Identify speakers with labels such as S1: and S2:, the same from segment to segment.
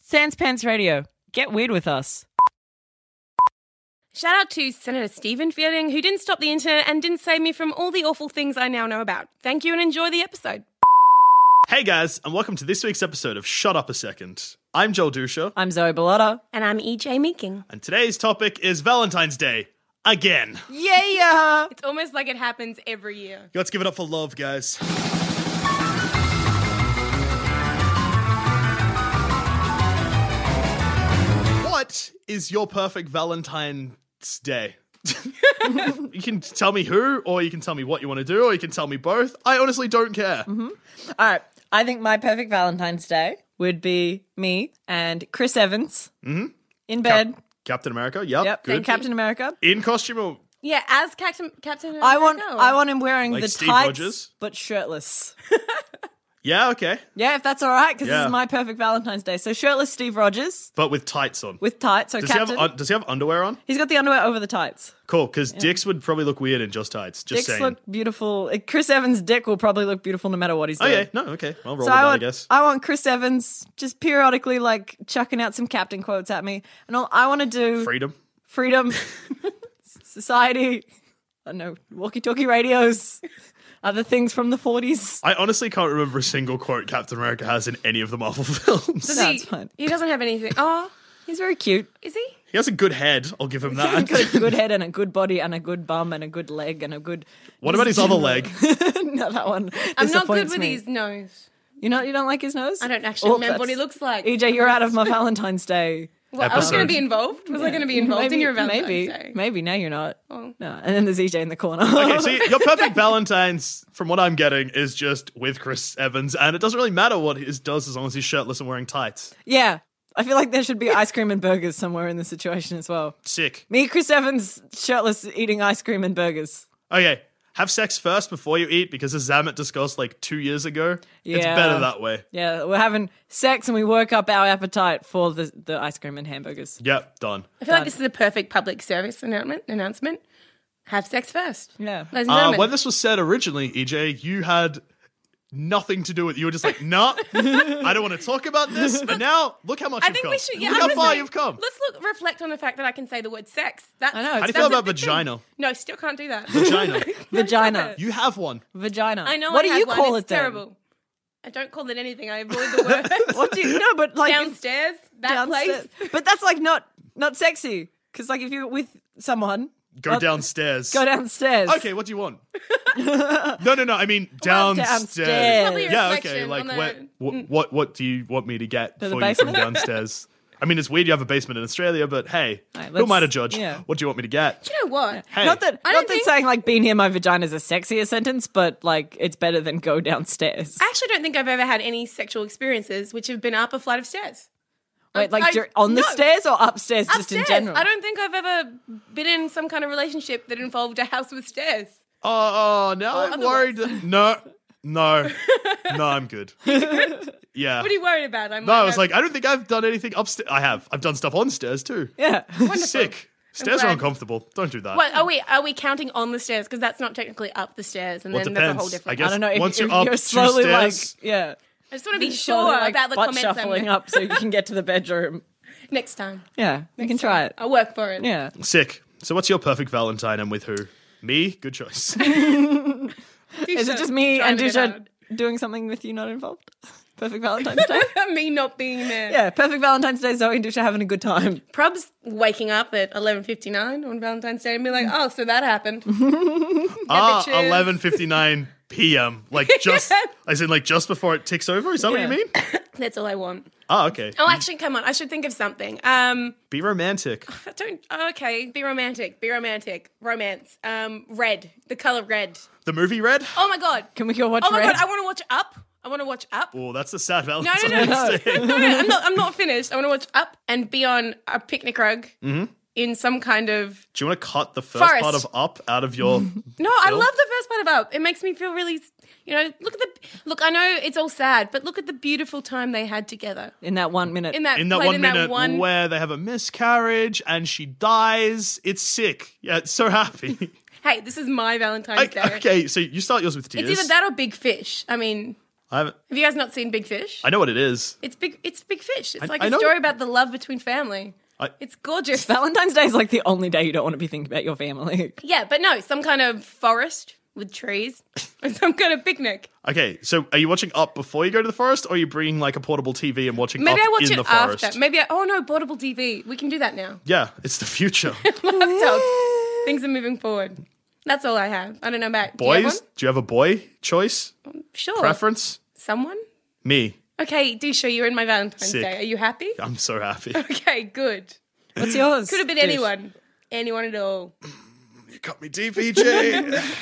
S1: Sans Pants Radio. Get weird with us.
S2: Shout out to Senator Stephen Fielding, who didn't stop the internet and didn't save me from all the awful things I now know about. Thank you and enjoy the episode.
S3: Hey guys, and welcome to this week's episode of Shut Up a Second. I'm Joel Dusha,
S1: I'm E Zoe Bellotta.
S2: And I'm EJ Meeking.
S3: and today's topic is Valentine's Day. Again.
S1: Yeah!
S2: It's almost like it happens every year.
S3: Let's give it up for love, guys. What is your perfect Valentine's Day? you can tell me who, or you can tell me what you want to do, or you can tell me both. I honestly don't care.
S1: All right. I think my perfect Valentine's Day would be me and Chris Evans in bed.
S3: Captain America, Mm-hmm. yep,
S1: yep.
S3: good.
S1: Captain America.
S3: In costume or
S2: Yeah, as Captain Captain America.
S1: I want I want him wearing
S3: Like
S1: the
S3: Steve
S1: tights
S3: Rogers?
S1: but shirtless.
S3: yeah, okay,
S1: Yeah, if that's all right, because this
S3: Yeah.
S1: is my perfect Valentine's Day. So shirtless Steve Rogers
S3: but with tights on.
S1: with tights. So
S3: does
S1: Captain,
S3: he have un- does he have underwear on?
S1: he's got the underwear over the tights.
S3: Cool, because dicks would probably look weird in just tights.
S1: Dicks
S3: Just saying.
S1: look beautiful. Chris Evans' dick will probably look beautiful no matter what he's
S3: oh
S1: doing.
S3: yeah, no, okay. I'll roll
S1: So
S3: with
S1: I
S3: that, I
S1: want,
S3: guess.
S1: I want Chris Evans just periodically like chucking out some captain quotes at me, and all I want to do
S3: Freedom.
S1: freedom, society, I don't know walkie-talkie radios, other things from the forties.
S3: I honestly can't remember a single quote Captain America has in any of the Marvel films.
S1: No, it's fine.
S2: He doesn't have anything. Oh,
S1: He's very cute.
S2: is he?
S3: he has a good head. I'll give him
S1: He's got a
S3: that.
S1: good head and a good body and a good bum and a good leg and a good.
S3: what about his other leg?
S1: no, that one.
S2: I'm not good
S1: disappoints
S2: with
S1: me.
S2: his nose.
S1: You know, you don't like his nose.
S2: I don't actually
S1: Oh,
S2: remember what he
S1: that's-
S2: looks like.
S1: EJ, you're out of my Valentine's Day.
S2: Well, I was
S3: Episode.
S2: going to be involved. Was I going to be involved in your Valentine's
S1: maybe,
S2: Day? Oh.
S1: Maybe now you're not. No, and then there's EJ in the corner.
S3: Okay, so your perfect Valentine's, from what I'm getting, is just with Chris Evans, and it doesn't really matter what he does as long as he's shirtless and wearing tights.
S1: yeah, I feel like there should be ice cream and burgers somewhere in this situation as well.
S3: Sick.
S1: Me, Chris Evans, shirtless, eating ice cream and burgers.
S3: Okay, have sex first before you eat because as Zamet discussed like two years ago, it's
S1: Yeah.
S3: better that way.
S1: Yeah, we're having sex and we work up our appetite for the, the ice cream and hamburgers.
S3: Yep, done.
S2: I feel like this is a perfect public service announcement. Announcement: Have sex first.
S1: Yeah.
S2: Ladies and
S3: Uh,
S2: gentlemen.
S3: when this was said originally, EJ, you had nothing to do with it. You were just like, nah, I don't want to talk about this. And now, look how much
S2: I
S3: you've
S2: think
S3: come.
S2: we should. Yeah,
S3: look
S2: I'm
S3: how
S2: gonna
S3: far
S2: say-
S3: you've come.
S2: Let's look reflect on the fact that I can say the word sex. That's,
S1: I know,
S3: How do you
S1: it's
S3: feel
S2: that's a
S3: about
S2: big thing.
S3: vagina?
S2: No, still can't do that.
S3: Vagina.
S1: Vagina.
S3: You have one.
S1: Vagina.
S2: I know.
S1: What do
S2: I have
S1: you
S2: one.
S1: call
S2: it's
S1: it then?
S2: Terrible. I don't call it anything. I avoid the word.
S1: What do you, no, but like it's
S2: downstairs? That
S1: downstairs.
S2: place.
S1: But that's like not not sexy. Because like if you're with someone,
S3: Go downstairs.
S1: go downstairs.
S3: Okay, what do you want? no, no, no. I mean
S1: Well,
S3: downstairs.
S1: downstairs.
S2: Probably a
S3: Yeah, okay.
S2: reflection
S3: Like,
S2: on the- mm.
S3: what, what, what, what do you want me to get
S1: the
S3: for you from
S1: basement?
S3: downstairs? I mean, it's weird you have a basement in Australia, but hey,
S1: Right,
S3: who am I to
S1: let's-
S3: judge?
S1: yeah.
S3: What do you want me to get?
S2: You know what?
S3: Hey,
S1: Not that
S2: I
S1: not
S2: don't
S1: that
S2: think-
S1: saying like being here my vagina is a sexier sentence, but like it's better than go downstairs.
S2: I actually don't think I've ever had any sexual experiences which have been up a flight of stairs. Um,
S1: Wait, like
S2: I-
S1: dur- on the
S2: no.
S1: stairs or upstairs, just in
S2: Stairs.
S1: general?
S2: I don't think I've ever been in some kind of relationship that involved a house with stairs.
S3: Oh, oh now I'm
S2: otherwise-
S3: worried. that- No, no, no, I'm good. Yeah.
S2: What are you worried about? I'm
S3: no, I was like, I don't think I've done anything upstairs. I have. I've done stuff on stairs too.
S1: Yeah.
S3: Sick. Stairs are
S2: glad-
S3: uncomfortable. Don't do that.
S2: What, are we are we counting on the stairs? Because that's not technically up the stairs, and
S3: Well, it
S2: then that's a whole
S3: depends.
S2: different.
S3: I guess
S1: I don't know if,
S3: once
S1: if
S3: you're up
S1: you're
S3: two
S1: slowly like
S3: stairs,
S1: yeah,
S2: I just want to be sure
S1: slowly, like,
S2: about the
S1: butt
S2: comments I'm
S1: shuffling up so you can get to the bedroom.
S2: next time.
S1: Yeah, you can try it.
S2: I'll work for it.
S1: Yeah,
S3: Sick. So, what's your perfect Valentine and with who? Me? Good choice.
S1: is it just me and Dusha
S2: Dusha?
S1: doing something with you not involved? Perfect Valentine's Day.
S2: me not being there.
S1: yeah, perfect Valentine's Day. Zoe and Dusha having a good time.
S2: Prob's waking up at 11.59 on Valentine's Day and be like, oh, so that happened.
S3: ah,
S2: bitches.
S3: 11.59 p.m. Like just, as in like just before it ticks over? Is that
S1: Yeah.
S3: what you mean?
S2: That's all I want.
S3: Ah, okay.
S2: Oh, actually, come on. I should think of something. Um,
S3: Be romantic.
S2: but don't, oh, okay, be romantic. Be romantic. Romance. Um, red. The color red.
S3: The movie Red?
S2: Oh, my God.
S1: Can we go watch
S2: Oh, my
S1: Red?
S2: God. I want to watch Up. I want to watch Up.
S3: Oh, that's a sad
S2: No,
S3: Valentine.
S2: no, no. no, no, I'm not, I'm not finished. I want to watch Up and be on a picnic rug
S3: Mm-hmm.
S2: in some kind of
S3: Do you want to cut the first
S2: Forest.
S3: part of Up out of your
S2: No, I love the first part of Up. It makes me feel really, you know, look at the look. I know it's all sad, but look at the beautiful time they had together
S1: in that one minute.
S2: in that
S3: in that
S2: played
S3: one
S2: in
S3: minute
S2: that one.
S3: where they have a miscarriage and she dies. It's sick. Yeah, it's so happy.
S2: Hey, this is my Valentine's
S3: okay,
S2: Day.
S3: okay, so you start yours with tears.
S2: It's either that or Big Fish. I mean,
S3: I haven't.
S2: Have you guys not seen Big Fish?
S3: I know what it is.
S2: It's big. It's Big Fish. It's
S3: I-
S2: like
S3: I
S2: a
S3: know-
S2: story about the love between family.
S3: I-
S2: it's gorgeous.
S1: Valentine's Day is like the only day you don't want to be thinking about your family.
S2: Yeah, but no, some kind of forest with trees and some kind of picnic.
S3: Okay, so are you watching Up before you go to the forest, or are you bringing like a portable TV and watching
S2: Maybe
S3: Up
S2: I watch
S3: in
S2: it
S3: the forest?
S2: after. Maybe I, oh no, portable TV. We can do that now.
S3: yeah, it's the future.
S2: Laptops. Things are moving forward. That's all I have. I don't know about do you have
S3: Boys,
S2: one? Oh.
S3: do you have a boy choice
S2: Sure.
S3: preference?
S2: Someone.
S3: Me,
S2: Okay, do show you're in my Valentine's
S3: Sick.
S2: Day. Are you happy?
S3: I'm so happy.
S2: Okay, good.
S1: What's yours?
S2: Could have been
S1: Dish?
S2: anyone. Anyone at all.
S3: You cut me deep, EJ.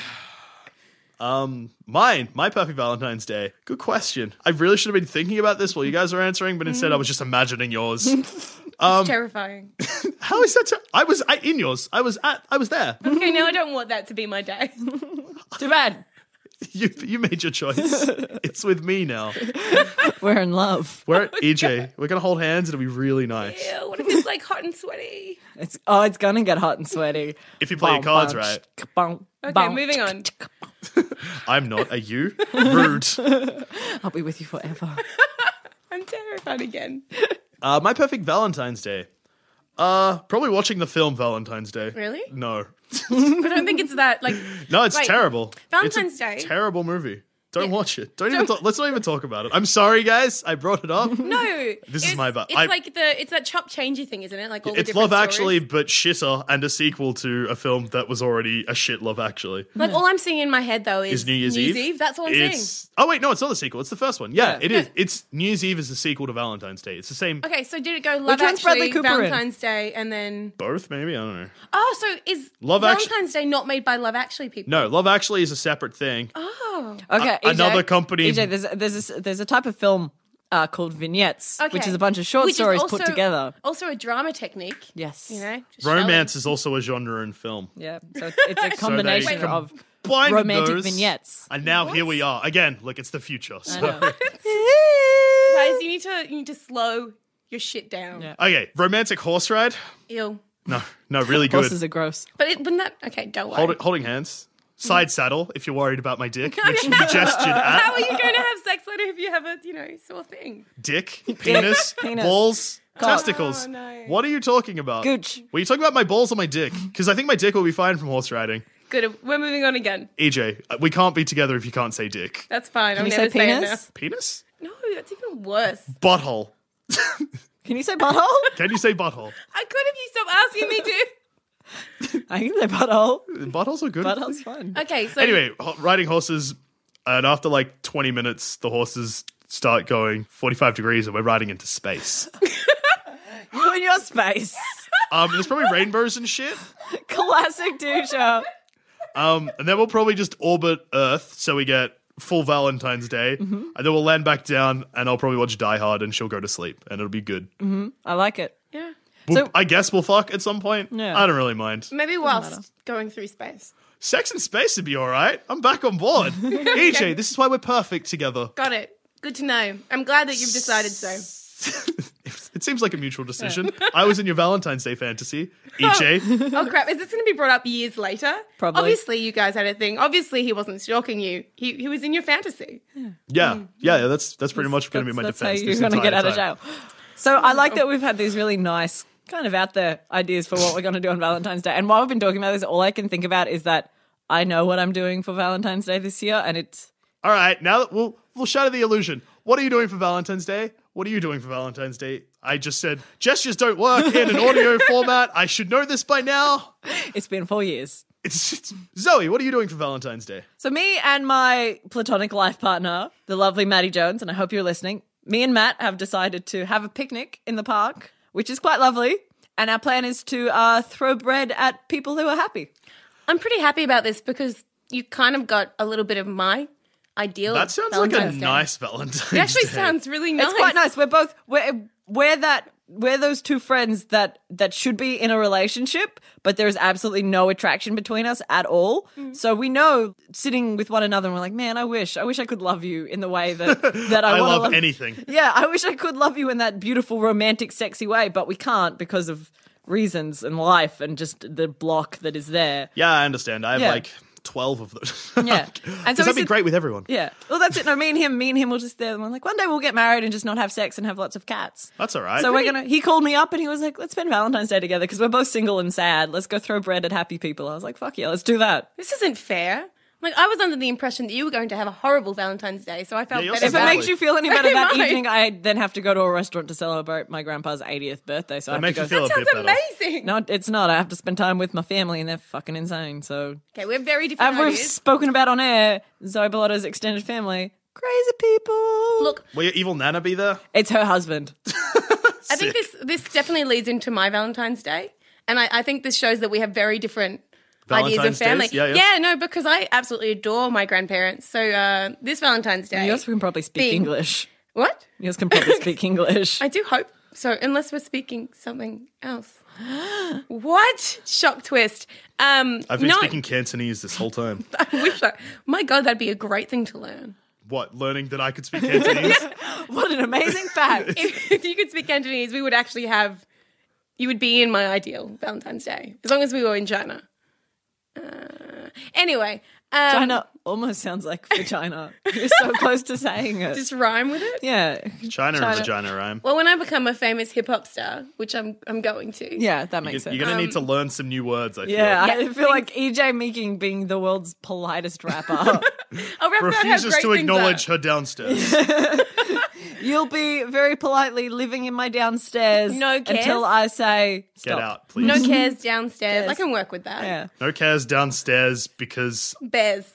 S3: um, mine, my perfect Valentine's Day. Good question. I really should have been thinking about this while you guys were answering, but instead I was just imagining yours. Um,
S2: Terrifying.
S3: How is that? Ter- I was I, in yours. I was at. I was there.
S2: Okay, now I don't want that to be my day.
S1: Too bad.
S3: you you made your choice. it's with me now.
S1: We're in love.
S3: We're at EJ. We're gonna hold hands. It'll be really nice.
S2: Ew, what if it's like hot and sweaty?
S1: It's oh, it's gonna get hot and sweaty.
S3: If you play your cards right.
S2: Okay, moving on.
S3: I'm not. Are you rude?
S1: I'll be with you forever.
S2: I'm terrified again.
S3: Uh, my perfect Valentine's Day. Uh, probably watching the film Valentine's Day.
S2: Really?
S3: No,
S2: I don't think it's that like
S3: no, it's
S2: Wait,
S3: terrible.
S2: Valentine's
S3: It's a
S2: Day?
S3: Terrible movie. Don't watch it. Don't, even. Talk, let's not even talk about it. I'm sorry, guys. I brought it up.
S2: no.
S3: This is
S2: it's-
S3: my ba-
S2: It's
S3: I-
S2: like the it's that chop changey thing, isn't it? Like all the
S3: It's
S2: different
S3: Love
S2: stories.
S3: Actually, but shitter, and a sequel to a film that was already a shit Love Actually.
S2: Like all I'm seeing in my head though is,
S3: Is New Year's Eve?
S2: That's all I'm seeing.
S3: It's oh wait, no, it's not the sequel. It's the first one. Yeah,
S1: Yeah.
S3: it is. It's New Year's Eve is the sequel to Valentine's Day. It's the same.
S2: Okay, so did it go Love
S1: one's Bradley
S2: Actually,
S1: Cooper in?
S2: Valentine's Day, and then
S3: Both maybe I don't know.
S2: oh, so is
S3: Love Actu-
S2: Valentine's Day not made by Love Actually people?
S3: No, Love Actually is a separate thing.
S2: Oh,
S1: Okay,
S3: A-
S1: EJ,
S3: another company-
S1: EJ, there's there's a, there's a type of film uh, called vignettes, which
S2: Okay.
S1: is a bunch of short
S2: Which is
S1: stories put
S2: also-
S1: together.
S2: Also a drama technique.
S1: Yes,
S2: You know, just
S3: Romance is also a genre in film.
S1: Yeah, so it's, it's a combination
S3: com-
S1: of
S3: Blind
S1: romantic
S3: those.
S1: vignettes.
S3: And now here we are again. Look, it's the future. So.
S2: showing- Guys, you need to you need to slow your shit down.
S1: Yeah.
S3: okay, romantic horse ride.
S2: Ew.
S3: No, no, really good.
S1: Horses are gross.
S2: But it, wouldn't that okay? Don't worry.
S3: Hold, holding hands. Side saddle. If you're worried about my dick, which uh, you gestured at.
S2: How are you going to have sex later if you have a you know sore thing?
S3: Dick, penis,
S1: Penis.
S3: balls, testicles.
S2: Oh, no.
S3: What are you talking about?
S1: Gooch.
S3: Were you talking about my balls or my dick? Because I think my dick will be fine from horse riding.
S2: Good. We're moving on again.
S3: EJ, uh, we can't be together if you can't say dick.
S2: That's fine.
S1: Can
S2: I'm
S1: you say
S2: never saying
S1: penis?
S3: Penis?
S2: that. No, that's even worse.
S3: Butthole.
S1: Can you say butthole?
S3: Can you say butthole?
S2: I could if you stop asking me to.
S1: I can say butthole.
S3: Buttholes are good.
S1: Butthole's fun.
S2: Okay, so
S3: Anyway, ho- riding horses, and after like 20 minutes, the horses start going 45 degrees and we're riding into space.
S1: You in your space.
S3: Um, there's probably rainbows and shit.
S1: Classic douche.
S3: Um, and then we'll probably just orbit Earth so we get full Valentine's Day.
S1: Mm-hmm.
S3: And then we'll land back down and I'll probably watch Die Hard and she'll go to sleep and it'll be good.
S1: I like it.
S2: Yeah.
S3: We'll-
S1: Mm-hmm. So-
S3: I guess we'll fuck at some point.
S1: Yeah.
S3: I don't really mind.
S2: Maybe whilst going through space.
S3: Sex in space would be all right. I'm back on board. EJ, this is why we're perfect together.
S2: Got it. Good to know. I'm glad that you've decided so.
S3: it seems like a mutual decision. I was in your Valentine's Day fantasy. E EJ,
S2: Oh crap! Is this going to be brought up years later?
S1: Probably.
S2: Obviously, you guys had a thing. Obviously, he wasn't stalking you. He he was in your fantasy.
S3: yeah, yeah, yeah. That's that's pretty much going to be my
S1: that's
S3: defense.
S1: how
S3: this
S1: you're gonna get
S3: entire
S1: out of
S3: time.
S1: jail. So I like that we've had these really nice, kind of out there ideas for what we're going to do on Valentine's Day. And while we've been talking about this, all I can think about is that I know what I'm doing for Valentine's Day this year, and it's
S3: All right, now that we'll we'll shatter the illusion. What are you doing for Valentine's Day? What are you doing for Valentine's Day? I just said gestures don't work in an audio format. I should know this by now.
S1: it's been four years.
S3: It's, it's Zoe. What are you doing for Valentine's Day?
S1: So me and my platonic life partner, the lovely Maddie Jones, and I hope you're listening. Me and Matt have decided to have a picnic in the park, which is quite lovely. And our plan is to uh, throw bread at people who are happy.
S2: I'm pretty happy about this because you kind of got a little bit of my ideal.
S3: That sounds like
S2: Valentine's
S3: a
S2: Day.
S3: nice Valentine's.
S2: It actually
S3: Day.
S2: sounds really nice.
S1: It's quite nice. We're both we're we're that we're those two friends that that should be in a relationship, but there is absolutely no attraction between us at all. So we know sitting with one another, and we're like, man, I wish, I wish I could love you in the way that that I,
S3: I
S1: wanna
S3: love,
S1: love
S3: anything.
S1: Yeah, I wish I could love you in that beautiful, romantic, sexy way, but we can't because of reasons and life and just the block that is there.
S3: Yeah, I understand. I have
S1: Yeah.
S3: like twelve of them.
S1: Yeah. And
S3: and
S1: so
S3: so
S1: we
S3: that'd be
S1: said-
S3: great with everyone.
S1: Yeah. Well, that's it. No, me and him, me and him will just there. And we're like, one day we'll get married and just not have sex and have lots of cats.
S3: That's all right.
S1: So we're gonna. He called me up and he was like, "Let's spend Valentine's Day together because we're both single and sad. Let's go throw bread at happy people." I was like, "Fuck yeah, let's do that."
S2: This isn't fair. Like I was under the impression that you were going to have a horrible Valentine's Day, so I felt
S3: Yeah, yours
S2: better.
S1: If
S3: is
S1: it
S2: about-
S3: Exactly.
S1: makes you feel any better that
S2: Right.
S1: evening, I then have to go to a restaurant to celebrate my grandpa's 80th birthday. So I have
S3: That makes
S1: to
S3: you
S1: go.
S3: feel a
S2: Sounds
S3: bit better.
S2: amazing.
S1: no, it's not. I have to spend time with my family, and they're fucking insane. So,
S2: Okay, we're very different
S1: as we've
S2: ideas.
S1: spoken about on air, Zoe Belotto's extended family, crazy people.
S2: Look,
S3: Will your evil nana be there?
S1: it's her husband.
S2: I think this this definitely leads into my Valentine's Day, and I, I think this shows that we have very different ideas of
S3: Valentine's days?
S2: family.
S3: Yeah, yeah.
S2: no, because I absolutely adore my grandparents. So uh, this Valentine's Day,
S1: Yours can probably speak
S2: Bing.
S1: English.
S2: what?
S1: Yours can probably speak English.
S2: I do hope so, unless we're speaking something else. what shock twist? Um,
S3: I've been
S2: no,
S3: speaking Cantonese this whole time.
S2: I wish. I, my God, that'd be a great thing to learn.
S3: what? Learning that I could speak Cantonese?
S1: What an amazing fact.
S2: if, if you could speak Cantonese, we would actually have. You would be in my ideal Valentine's Day, as long as we were in China. Uh, anyway, um,
S1: China almost sounds like vagina. You're so close to saying it.
S2: Just rhyme with it.
S1: yeah.
S3: China,
S1: China.
S3: and vagina rhyme.
S2: Well, when I become a famous hip hop star, which I'm, I'm going to.
S1: Yeah, that
S3: You're
S1: makes sense.
S3: going to need to learn some new words, I feel.
S1: yeah,
S2: Yeah,
S1: I feel like EJ Meeking being the world's politest rapper.
S2: I'll rap about how
S3: Refuses
S2: great
S3: to
S2: things
S3: acknowledge
S2: are.
S3: her downstairs.
S1: You'll be very politely living in my downstairs
S2: No cares.
S1: until I say
S3: Get
S1: stop.
S3: out, please.
S2: No cares downstairs.
S1: Yes.
S2: I can work with that.
S1: Yeah.
S3: No cares downstairs because
S2: Bears.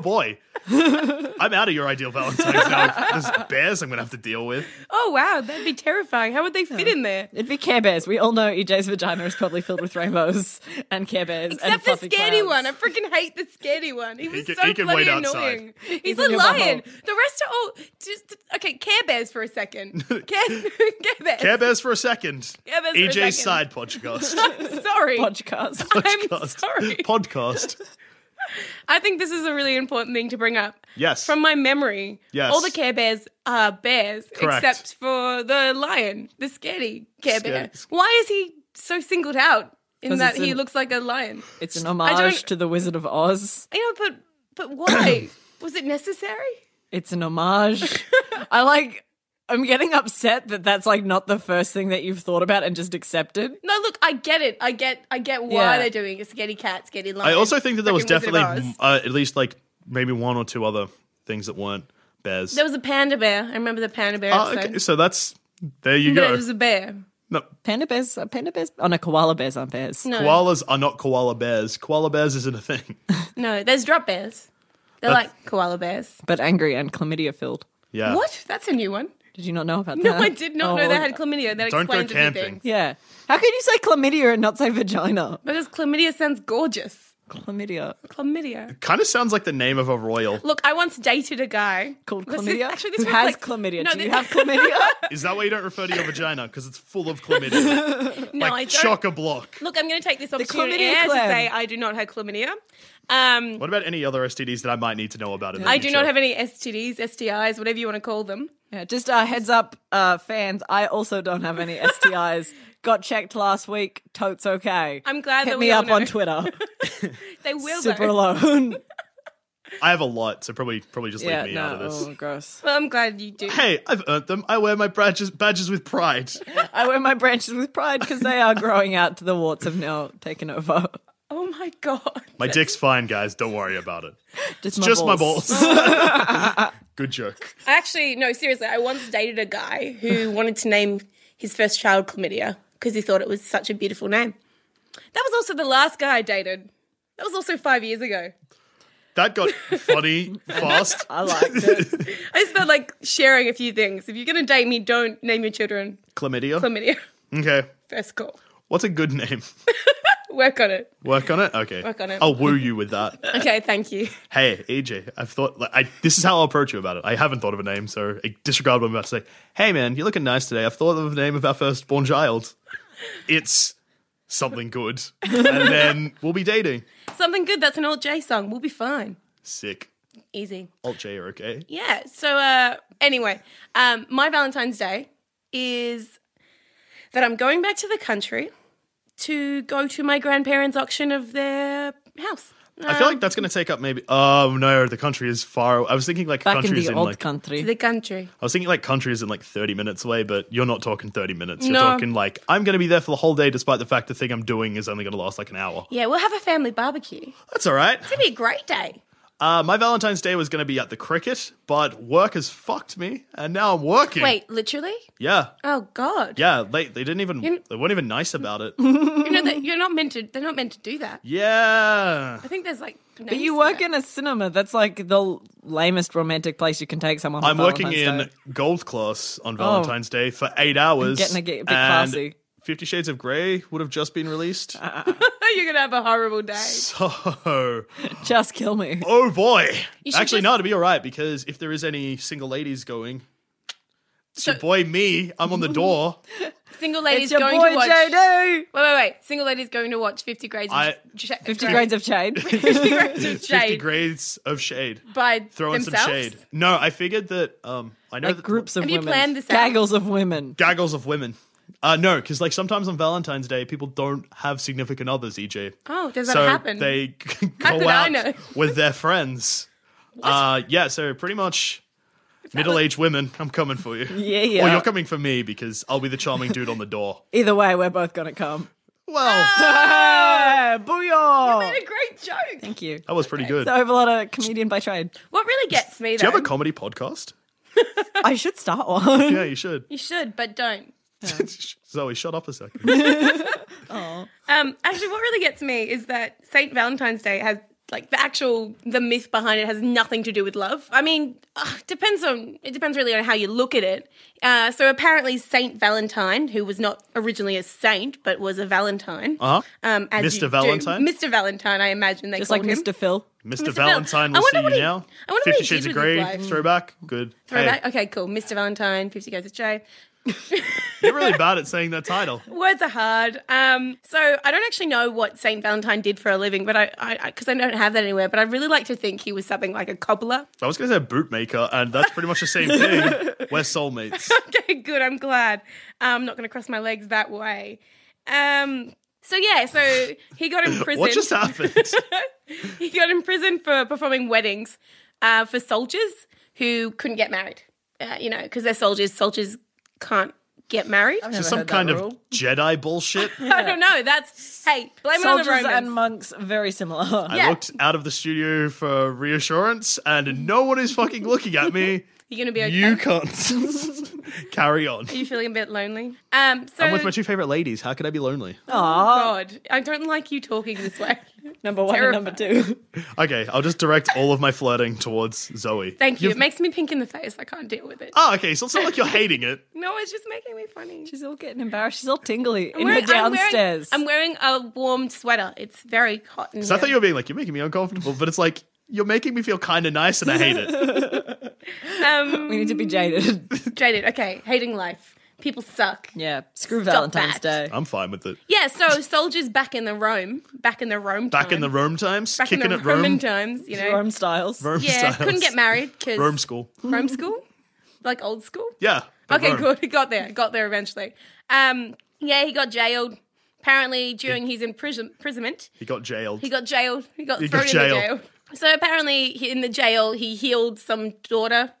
S3: boy, I'm out of your ideal Valentine's now. There's bears I'm gonna have to deal with.
S2: Oh wow, that'd be terrifying. How would they fit in there?
S1: It'd be Care Bears. We all know EJ's vagina is probably filled with rainbows and Care Bears. and
S2: Except the
S1: fluffy
S2: scaredy
S1: clouds.
S2: one. I freaking hate the scaredy one. He was
S3: can-
S2: so
S3: he can
S2: bloody
S3: wait outside.
S2: annoying. He's, a
S1: in your bubble.
S2: lion. The rest are all just okay. Care Bears for a second. Care, Care Bears.
S3: Care bears for a second.
S2: Care Bears for a
S3: EJ's
S2: second.
S3: side podcast.
S2: Sorry.
S1: Podcast.
S2: I'm
S3: Podcast.
S2: sorry.
S3: Podcast.
S2: I think this is a really important thing to bring up.
S3: Yes.
S2: From my memory,
S3: Yes.
S2: all the Care Bears are bears,
S3: Correct.
S2: except for the lion, the scaredy Care Bear.
S3: Scaredy.
S2: Why is he so singled out in
S1: 'Cause
S2: that
S1: it's
S2: he
S1: an-
S2: looks like a lion?
S1: It's an
S2: don't-
S1: homage to The Wizard of Oz.
S2: You know, but but why was it necessary?
S1: It's an homage. I like. I'm getting upset that that's like not the first thing that you've thought about and just accepted.
S2: No, look, I get it. I get, I get why
S1: Yeah.
S2: they're doing it. Scaredy cat, scaredy lion.
S3: I also think that there was
S2: Fucking Wizard
S3: definitely
S2: of
S3: mm,
S2: Oz.
S3: uh, at least like maybe one or two other things that weren't bears.
S2: there was a panda bear. I remember the panda bear
S3: Ah,
S2: episode.
S3: okay, so that's there you
S2: But it
S3: go.
S2: was a bear.
S3: No,
S1: Panda bears, are panda bears. Oh no, koala bears aren't bears.
S2: No,
S3: koalas are not koala bears. Koala bears isn't a thing.
S2: no, there's drop bears. They're
S3: That's-
S2: like koala bears.
S1: But angry and chlamydia filled.
S3: Yeah.
S2: What? That's a new one.
S1: Did you not know about
S2: No,
S1: that?
S2: I did not
S1: Oh,
S2: know they had chlamydia. That
S3: Don't go
S2: explains
S3: camping.
S2: everything.
S1: Yeah. How can you say chlamydia and not say vagina?
S2: Because chlamydia sounds gorgeous.
S1: Chlamydia.
S2: Chlamydia.
S3: Kind of sounds like the name of a royal.
S2: Look, I once dated a guy
S1: Called
S2: This is-
S1: chlamydia.
S2: actually, this
S1: Who has
S2: reflects-
S1: chlamydia?
S2: No,
S1: Do you
S2: this-
S1: have chlamydia?
S3: Is that why you don't refer to your vagina? Because it's full of chlamydia.
S2: No, I
S3: like
S2: don't.
S3: chock a block.
S2: Look, I'm going to take this opportunity
S1: chlamydia
S2: air to
S1: clam.
S2: say I do not have chlamydia. Um,
S3: What about any other STDs that I might need to know about? In the
S2: I do
S3: future?
S2: not have any STDs, STIs, whatever you want to call them.
S1: yeah, just uh, heads up, uh, fans. I also don't have any STIs. Got checked last week. Totes okay.
S2: I'm glad
S1: Hit
S2: that we
S1: me
S2: all
S1: up on
S2: know.
S1: Twitter.
S2: They will
S1: Super
S2: though.
S1: alone.
S3: I have a lot, so probably probably just leave me out of
S1: Oh,
S3: this.
S1: gross.
S2: Well, I'm glad you do.
S3: Hey, I've earned them. I wear my badges badges with pride.
S1: I wear my branches with pride because they are growing out to the warts have now taken over.
S2: Oh my god.
S3: My dick's fine, guys. Don't worry about it.
S1: Just
S3: It's
S1: my
S3: just
S1: balls.
S3: my balls. Good joke.
S2: Actually, no, seriously, I once dated a guy who wanted to name his first child chlamydia because he thought it was such a beautiful name. That was also the last guy I dated. That was also five years ago.
S3: That got funny fast.
S1: I liked it.
S2: I just felt like sharing a few things. If you're going to date me, don't name your children
S3: Chlamydia.
S2: chlamydia.
S3: Okay.
S2: First call.
S3: What's a good name?
S2: Work on it.
S3: Work on it. Okay.
S2: Work on it.
S3: I'll woo you with that.
S2: Okay, thank you.
S3: hey AJ, I've thought like I, this is how I'll approach you about it. I haven't thought of a name, so I disregard what I'm about to say. Hey man, you're looking nice today. I've thought of the name of our firstborn child. It's something good, and then we'll be dating.
S2: Something good. That's an old J song. We'll be fine.
S3: Sick.
S2: Easy.
S3: Alt J, are okay.
S2: Yeah. So uh, anyway, um, my Valentine's Day is that I'm going back to the country to go to my grandparents' auction of their house.
S3: I feel like that's going to take up maybe. Oh no, the country is far. I was thinking like
S1: Back in
S3: countries
S1: the old
S3: like
S1: country.
S2: Um, The country.
S3: I was thinking like country is in like 30 minutes away, but you're not talking 30 minutes. You're
S2: No.
S3: talking like, I'm going to be there for the whole day despite the fact the thing I'm doing is only going to last like an hour.
S2: Yeah, we'll have a family barbecue.
S3: That's all right.
S2: It'd be a great day.
S3: Uh, my Valentine's Day was going to be at the cricket, but work has fucked me and now I'm working.
S2: Wait, literally?
S3: Yeah.
S2: Oh God!
S3: Yeah. They, they didn't even,
S2: You-
S3: they weren't even nice about it.
S2: You know that you're not meant to. They're not meant to do that.
S3: yeah.
S2: I think there's like.
S1: But you work in a cinema. That's like the lamest romantic place you can take someone. on
S3: I'm working in
S1: Valentine's Day.
S3: gold class on Valentine's Day for eight hours.
S1: Getting a bit
S3: and
S1: classy.
S3: Fifty Shades of Grey would have just been released.
S2: you're gonna have a horrible day.
S3: so.
S1: Just kill me.
S3: Oh boy!
S2: You should just-
S3: Actually, no, to be all right because if there is any single ladies going, it's your
S2: So-
S3: boy me. I'm on the door.
S2: Single
S1: It's
S2: lady's
S1: your boy
S2: going to watch.
S1: JD.
S2: Wait, wait, wait. Single lady's going to watch Fifty Grades.
S3: I-
S2: of Sh-
S1: 50
S2: Grey-
S1: grades of shade.
S2: 50 Grades of
S3: Fifty
S2: Shade
S3: grades of shade.
S2: by
S3: Throw in
S2: themselves.
S3: some shade. No, I figured that. Um, I know
S1: like
S3: that
S1: groups of
S2: Have you
S1: women.
S2: planned this out?
S1: Gaggles of women.
S3: gaggles of women. Uh, no, because like sometimes on Valentine's Day, people don't have significant others. EJ.
S2: Oh, does that
S3: so
S2: happen?
S3: they go
S2: did I know?
S3: out with their friends. Uh, yeah, so pretty much middle-aged women, I'm coming for you.
S1: Yeah, yeah.
S3: Or you're coming for me because I'll be the charming dude on the door.
S1: Either way, we're both gonna come.
S3: Well,
S1: Hey,
S2: What
S1: booyah!
S2: a great joke.
S1: Thank you.
S3: that was pretty good.
S1: The Overloader comedian by trade.
S2: What really gets me
S3: Do
S2: though.
S3: you have a comedy podcast?
S1: I should start one.
S3: Yeah, you should.
S2: you should, but don't.
S3: Zoe, shut up a second.
S2: Um, actually, what really gets me is that Saint Valentine's Day has like the actual the myth behind it has nothing to do with love. I mean, ugh, depends on it depends really on how you look at it. Uh, so apparently, Saint Valentine, who was not originally a saint but was a Valentine,
S3: Huh?
S2: um, as
S3: Mr.
S2: you do-
S3: Uh-huh. Valentine?
S2: Mr. Valentine, I imagine they
S1: Just like
S2: called him.
S1: Mr. Phil.
S3: Mr.
S2: Mr. Val-
S3: Valentine,
S2: I
S3: we'll
S2: wonder
S3: see
S2: what
S3: you
S2: he-
S3: now.
S2: I wonder what
S3: Fifty
S2: he
S3: Shades
S2: did
S3: of
S2: with his
S3: Grey,
S2: life.
S3: throwback, good.
S2: Throwback?
S3: Hey,
S2: Okay, cool. Mr. Valentine, Fifty Goes to Jay.
S3: you're really bad at saying that title.
S2: Words are hard. Um, so I don't actually know what Saint Valentine did for a living, but I because I, don't have that anywhere. But I really like to think he was something like a cobbler.
S3: I was going to say bootmaker, and that's pretty much the same thing. We're soulmates.
S2: Okay, good. I'm glad. I'm not going to cross my legs that way. Um, so yeah, so he got imprisoned.
S3: What just happened?
S2: he got in prison for performing weddings uh, for soldiers who couldn't get married. Uh, you know, because they're soldiers. Soldiers can't get married.
S1: Never
S3: Some
S1: heard that
S3: kind of
S1: rule.
S3: Jedi bullshit.
S2: I don't know. That's hey, blame it on
S1: soldiers
S2: the Romans.
S1: and monks very similar.
S3: I
S2: Yeah.
S3: looked out of the studio for reassurance, and no one is fucking looking at me.
S2: You're gonna be okay.
S3: You can't carry on.
S2: Are you feeling a bit lonely? Um, so
S3: I'm with my two favorite ladies. How could I be lonely? Oh.
S1: Aw,
S2: God, I don't like you talking this way.
S1: number one and number two.
S3: Okay, I'll just direct all of my flirting towards Zoe.
S2: Thank you. It
S3: You've-
S2: makes me pink in the face. I can't deal with it.
S3: Oh, okay. So it's not like you're hating it.
S2: No, it's just making me funny.
S1: She's all getting embarrassed. She's all tingly in
S2: Wearing-
S1: her
S2: I'm wearing-
S1: downstairs.
S2: I'm wearing, a warm sweater. It's very hot in
S3: So
S2: here.
S3: I thought you were being like, you're making me uncomfortable, but it's like, you're making me feel kind of nice and I hate it.
S2: um,
S1: we need to be jaded.
S2: jaded. Okay, hating life. People suck.
S1: yeah, screw
S2: Stop
S1: Valentine's Day.
S2: that.
S3: I'm fine with it.
S2: Yeah. So soldiers back in the Rome, back in the Rome,
S3: Back in
S2: time.
S3: the Rome times,
S2: back
S3: kicking
S2: in the
S3: at
S2: Roman
S3: Rome.
S2: times. You know,
S1: Rome styles.
S3: Rome
S2: yeah,
S3: styles.
S2: couldn't get married because
S3: Rome school.
S2: Rome school, like old school.
S3: Yeah. but
S2: Okay,
S3: Rome.
S2: good. He got there. Got there eventually. Um, yeah, he got jailed. Apparently, during his imprison- imprisonment,
S3: He got jailed.
S2: he got jailed. He got
S3: He
S2: thrown
S3: got
S2: in the
S3: jailed.
S2: jail. So apparently, he- in the jail, he healed some daughter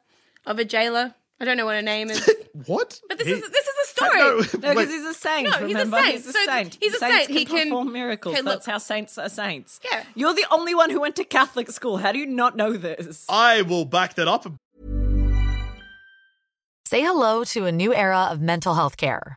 S2: of a jailer. I don't know what her name is,
S3: what?
S2: but this
S3: He-
S2: is this is a
S3: I-
S2: story.
S1: No,
S3: wait,
S1: because he's a saint.
S2: No, he's a
S1: remember,
S2: saint.
S1: he's a
S2: So th-
S1: saint.
S2: he's a
S1: saints
S2: saint. He can-
S1: perform miracles.
S2: Okay, look.
S1: That's how saints are saints.
S2: Yeah.
S1: you're the only one who went to Catholic school. How do you not know this?
S3: I will back that up.
S4: Say hello to a new era of mental health care.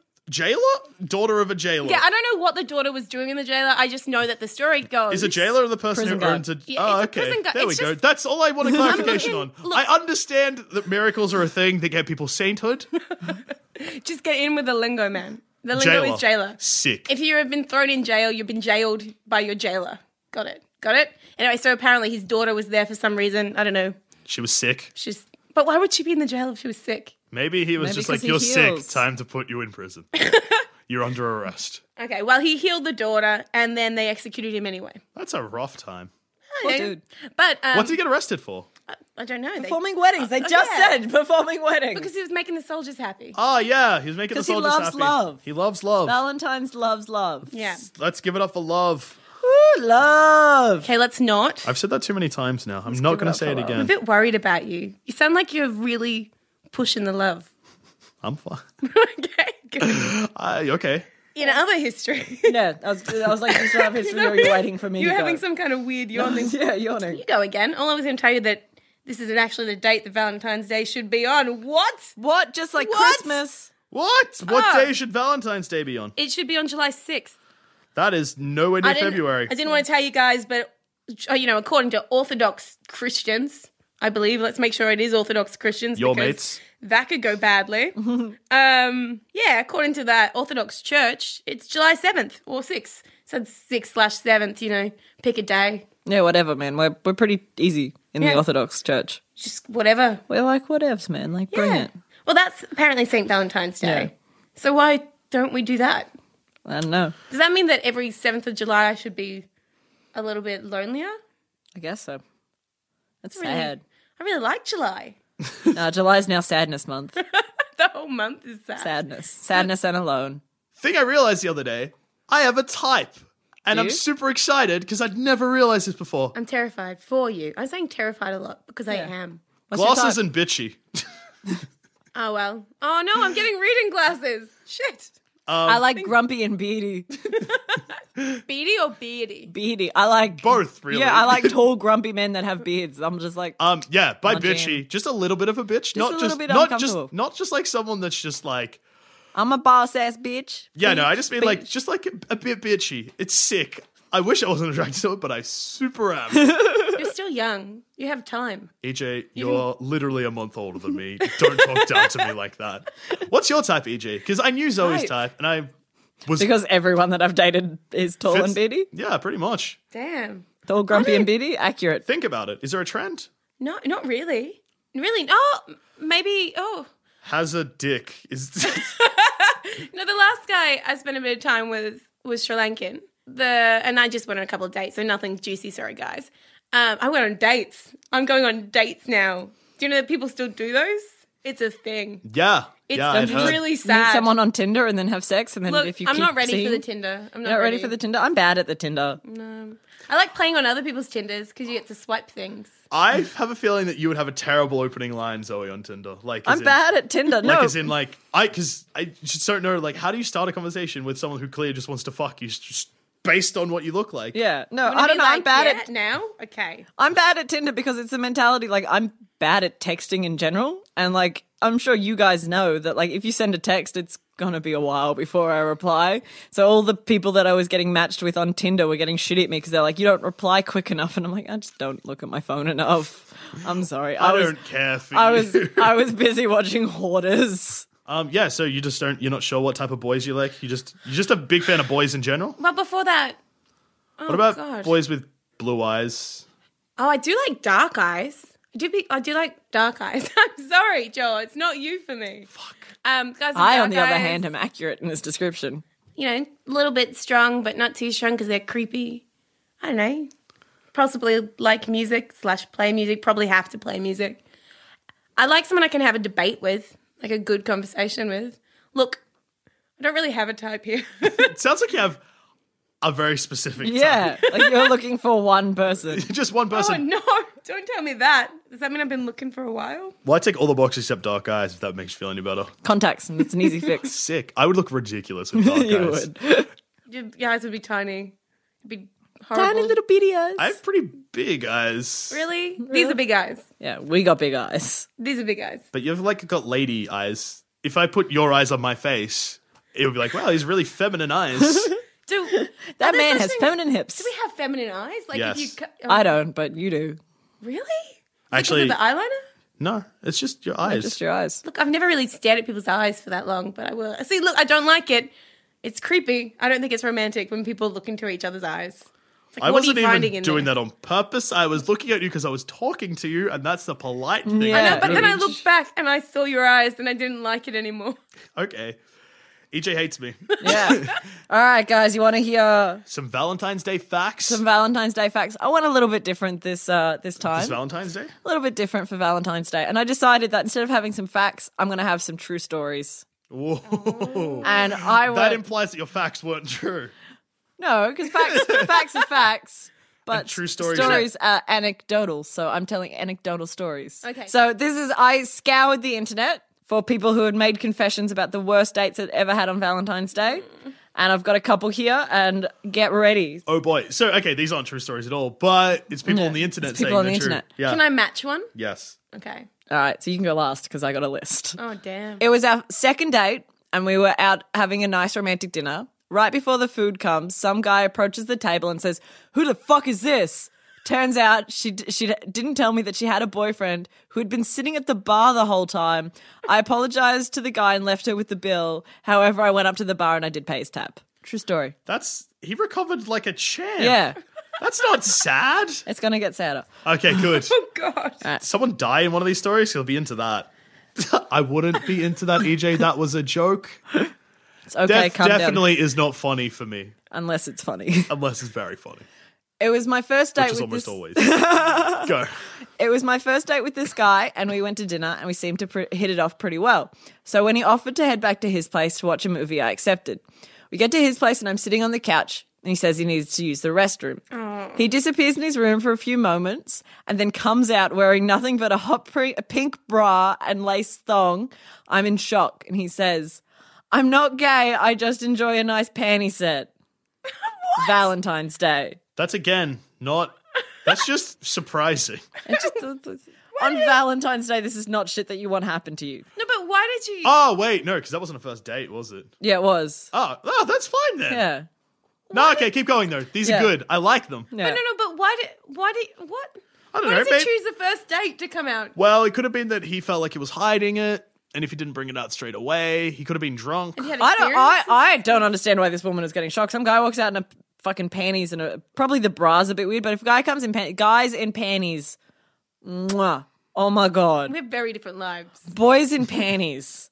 S3: Jailer, daughter of a jailer.
S2: Yeah, I don't know what the daughter was doing in the jailer. I just know that the story goes.
S3: Is a jailer the person
S1: Prison
S3: who
S1: guard.
S3: owns a?
S2: Yeah,
S3: oh,
S2: it's a
S3: okay.
S2: prison guard.
S3: There we
S2: It's
S3: go.
S2: just-
S3: That's all I wanted clarification
S2: looking-
S3: on.
S2: look-
S3: I understand that miracles are a thing that get people sainthood.
S2: Just get in with the lingo, man. The lingo
S3: jailer.
S2: is jailer.
S3: Sick.
S2: If you have been thrown in jail, you've been jailed by your jailer. Got it. Got it. Anyway, so apparently his daughter was there for some reason. I don't know.
S3: she was sick.
S2: She's. But why would she be in the jail if she was sick?
S3: Maybe he was
S1: Maybe
S3: just
S1: 'cause
S3: like,
S1: he
S3: "You're
S1: heals."
S3: sick. Time to put you in prison. You're under arrest."
S2: Okay. Well, he healed the daughter, and then they executed him anyway.
S3: That's a rough time.
S1: Poor dude.
S2: But um,
S3: What did he get arrested for?
S2: I don't know. They-
S1: Performing weddings. They just
S2: Oh, yeah.
S1: said performing weddings.
S2: because he was making the soldiers happy.
S3: Oh yeah, he was making the
S1: 'Cause he
S3: soldiers
S1: loves
S3: happy.
S1: love.
S3: He loves love.
S1: Valentine's loves love.
S2: Yeah.
S3: Let's give it up for love.
S1: Ooh, love.
S2: Okay, let's not.
S3: I've said that too many times now. I'm not going to say
S2: I'm
S3: it
S2: a
S3: again.
S2: bit worried about you. You sound like you're really pushing the love.
S3: I'm fine.
S2: okay. Good.
S3: I, okay.
S2: In other history,
S1: Yeah, I was, I was like, you still have history or you're waiting for me
S2: you're
S1: to
S2: having
S1: go.
S2: some kind of weird yawning.
S1: yeah, yawning.
S2: You go again. All I was going to tell you that this isn't actually the date that Valentine's Day should be on. What?
S1: What? Just like
S2: What?
S1: Christmas?
S3: What? What
S1: Ah.
S2: Oh.
S3: day should Valentine's Day be on?
S2: It should be on July 6th.
S3: That is nowhere near
S2: I didn't-
S3: February.
S2: I didn't want to tell you guys, but uh, you know, according to Orthodox Christians, I believe. Let's make sure it is Orthodox Christians.
S3: Your
S2: because
S3: mates.
S2: That could go badly. um, yeah, according to that Orthodox Church, it's July seventh or sixth. So it's sixth slash seventh. You know, pick a day.
S1: Yeah, whatever, man. We're, we're pretty easy in
S2: Yeah.
S1: the Orthodox Church.
S2: Just whatever.
S1: We're like, whatevs, man. Like, bring
S2: Yeah.
S1: it.
S2: Well, that's apparently St. Valentine's Day.
S1: Yeah.
S2: So why don't we do that?
S1: I don't know.
S2: Does that mean that every 7th of July I should be a little bit lonelier?
S1: I guess so. That's
S2: Really?
S1: sad.
S2: I really like July.
S1: Nah, July's now sadness month.
S2: The whole month is sad.
S1: Sadness. Sadness and alone.
S3: Thing I realized the other day, I have a type. And I'm
S1: You?
S3: super excited because I'd never realized this before.
S2: I'm terrified for you. I'm saying terrified a lot because I am.
S1: What's your
S3: Glasses
S1: type?
S3: and bitchy.
S2: Oh, well. Oh, no, I'm getting reading glasses. Shit. Um,
S1: I like grumpy and beady.
S2: Beady or beardy?
S1: Beady. I like
S3: Both, really.
S1: Yeah, I like tall, grumpy men that have beards. I'm just like,
S3: Um, yeah, by
S1: Oh,
S3: bitchy, just a little bit of a bitch,
S1: a
S3: not
S1: little
S3: just
S1: bit
S3: not just
S1: uncomfortable.
S3: not just like someone that's just like
S1: I'm a boss ass bitch.
S3: yeah, no, I just mean like
S1: bitch.
S3: just like a, a bit bitchy. It's sick. I wish I wasn't attracted to it, but I super am.
S2: You're still young. You have time.
S3: EJ, you're literally a month older than me. Don't talk down to me like that. What's your type, EJ? Because I knew Zoe's type, and I was
S1: Because everyone that I've dated is tall and beady.
S3: Yeah, pretty much.
S2: Damn.
S1: Tall, grumpy, and beady. Accurate.
S3: Think about it. Is there a trend?
S2: No, not really. Really? Oh, maybe. Oh.
S3: Has a dick is
S2: No, the last guy I spent a bit of time with was Sri Lankan. The and I just went on a couple of dates, so nothing juicy. Sorry, guys. Um, I went on dates. I'm going on dates now. Do you know that people still do those? It's a thing.
S3: yeah.
S2: It's
S3: yeah, I've heard.
S2: really sad.
S1: Meet someone on Tinder and then have sex, and then
S2: Look,
S1: if you
S2: I'm
S1: keep
S2: not ready
S1: seeing-
S2: for the Tinder. I'm not,
S1: You're not ready for the Tinder. I'm bad at the Tinder.
S2: I like playing on other people's Tinders because you get to swipe things.
S3: I have a feeling that you would have a terrible opening line, Zoe, on Tinder. Like as
S1: I'm
S3: in-
S1: bad at Tinder. No,
S3: Like as in like I because I just don't know like how do you start a conversation with someone who clearly just wants to fuck you s- just based on what you look like?
S1: yeah, no,
S2: Wouldn't it
S1: I don't
S2: be
S1: know. I'm
S2: like,
S1: bad
S2: yeah,
S1: at
S2: now. Okay,
S1: I'm bad at Tinder because it's the mentality like I'm bad at texting in general, and like I'm sure you guys know that like if you send a text, it's gonna be a while before I reply. So all the people that I was getting matched with on Tinder were getting shitty at me because they're like, "You don't reply quick enough," and I'm like, "I just don't look at my phone enough." I'm sorry, I,
S3: I,
S1: was,
S3: don't care for
S1: I
S3: you.
S1: was, uh I was busy watching Hoarders.
S3: um yeah, so you just don't you're not sure what type of boys you like. You just you're just a big fan of boys in general.
S2: but before that,
S1: Oh,
S3: what about
S2: God.
S3: boys with blue eyes?
S2: oh, I do like dark eyes. I do, be, I do like dark eyes. I'm sorry, Joel. It's not you for me. Fuck. Um, guys, with
S1: I, on
S2: dark
S1: the other
S2: eyes,
S1: hand, am accurate in this description.
S2: you know, a little bit strong, but not too strong because they're creepy. I don't know. Possibly like music slash play music. Probably have to play music. I like someone I can have a debate with, like a good conversation with. Look, I don't really have a type here.
S3: It sounds like you have a very specific. type.
S1: Yeah, like you're looking for one person.
S3: Just one
S2: oh
S3: person.
S2: no! Don't tell me that. Does that mean I've been looking for a while?
S3: Well, I take all the boxes except dark eyes if that makes you feel any better.
S1: Contacts, and it's an easy fix.
S3: Sick. I would look ridiculous with dark
S1: you
S3: eyes.
S1: would.
S2: Your eyes would be tiny. It'd be horrible.
S1: Tiny little bitty eyes.
S3: I have pretty big eyes.
S2: Really? These are big eyes.
S1: Yeah, we got big eyes.
S2: These are big eyes.
S3: But you've like got lady eyes. If I put your eyes on my face, it would be like, wow, he's really feminine eyes.
S2: Do oh, we
S1: That man
S2: such
S1: has
S2: thing-
S1: feminine hips.
S2: have feminine eyes? Like
S3: Yes.
S2: if you cu- oh,
S1: I don't, but you do.
S2: really
S3: Actually-
S2: because of the eyeliner.
S3: no, it's just your eyes.
S1: Just your eyes.
S2: Look, I've never really stared at people's eyes for that long, but I will. See, look, I don't like it. It's creepy. I don't think it's romantic when people look into each other's eyes. It's like,
S3: I
S2: what are you
S3: wasn't
S2: finding
S3: even
S2: in
S3: doing
S2: there?
S3: that on purpose. I was looking at you because I was talking to you, and that's the polite thing.
S1: Yeah. I
S2: No, but then I
S1: Ouch.
S2: looked back and I saw your eyes and I didn't like it anymore.
S3: Okay. EJ hates me.
S1: Yeah. All right, guys, you want to hear
S3: Some Valentine's Day facts.
S1: some Valentine's Day facts? I went a little bit different this uh, this time.
S3: It's Valentine's Day.
S1: a little bit different for Valentine's Day, and I decided that instead of having some facts, I'm going to have some true stories.
S3: Whoa.
S1: And I
S3: That
S1: went
S3: implies that your facts weren't true.
S1: no, because facts facts are facts. But
S3: And true stories are-
S1: stories are anecdotal, so I'm telling anecdotal stories.
S2: Okay.
S1: So this is I scoured the internet for people who had made confessions about the worst dates they'd ever had on Valentine's Day, and I've got a couple here. And get ready,
S3: Oh boy. So okay, these aren't true stories at all, but it's people on the internet
S1: It's
S3: saying
S1: people on
S3: they're
S1: the
S3: true.
S1: internet.
S3: Yeah.
S2: Can I match one?
S3: yes.
S2: Okay.
S1: All right, so you can go last because I got a list.
S2: Oh damn.
S1: It was our second date, and we were out having a nice romantic dinner. Right before the food comes, some guy approaches the table and says, "Who the fuck is this?" Turns out she d- she d- didn't tell me that she had a boyfriend who had been sitting at the bar the whole time. I apologized to the guy and left her with the bill. However, I went up to the bar and I did pay his tab. True story.
S3: That's he recovered like a champ.
S1: Yeah,
S3: That's not sad.
S1: it's gonna get sadder.
S3: Okay, good.
S2: oh god.
S1: Uh,
S3: Someone die in one of these stories, he'll be into that. I wouldn't be into that, EJ. That was a joke.
S1: It's okay,
S3: Death
S1: calm down.
S3: definitely is not funny for me,
S1: Unless it's funny.
S3: unless it's very funny,
S1: it was my first date
S3: which
S1: with
S3: is almost
S1: this.
S3: always. Go.
S1: It was my first date with this guy, and we went to dinner, and we seemed to pr- hit it off pretty well. So when he offered to head back to his place to watch a movie, I accepted. We get to his place, and I'm sitting on the couch, and he says he needs to use the restroom. He disappears in his room for a few moments, and then comes out wearing nothing but a hot pre- a pink bra and lace thong. I'm in shock, and he says, "I'm not gay. I just enjoy a nice panty set." Valentine's Day.
S3: That's again not. That's just surprising.
S1: I just- on Valentine's Day, this is not shit that you want happen to you.
S2: No, but why did you?
S3: Oh wait, no, because that wasn't a first date, was it?
S1: Yeah, it was.
S3: Oh, oh that's fine then.
S1: Yeah.
S3: No, okay, keep going though. These
S1: Yeah.
S3: are good. I like them.
S1: Yeah.
S2: No, no, but why did? Why did? What?
S3: I don't
S2: why
S3: know,
S2: does
S3: maybe-
S2: he choose the first date to come out?
S3: Well, it could have been that he felt like he was hiding it, and if he didn't bring it out straight away, he could have been drunk.
S2: He had
S1: I don't. I,
S2: experiences?
S1: I don't understand why this woman is getting shocked. Some guy walks out in a fucking panties and a, probably the bra's a bit weird, but if a guy comes in pan- guys in panties, mwah, oh my god,
S2: We have very different lives.
S1: boys in panties.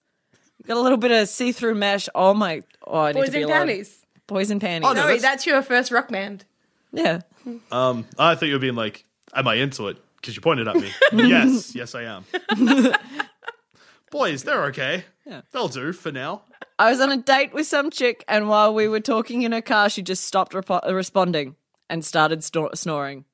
S1: Got a little bit of see-through mesh. Oh my! Oh, I need
S2: Boys
S1: to be
S2: in
S1: alone.
S2: panties.
S1: Boys in panties.
S3: Oh, no.
S2: Sorry,
S3: that's-
S2: that's your first rock band.
S1: Yeah.
S3: Um, I thought you were being like, "Am I into it?" Because you pointed at me. yes, yes, I am. Boys, they're okay. They'll do for now.
S1: I was on a date with some chick, and while we were talking in her car, she just stopped repo- responding and started snor- snoring.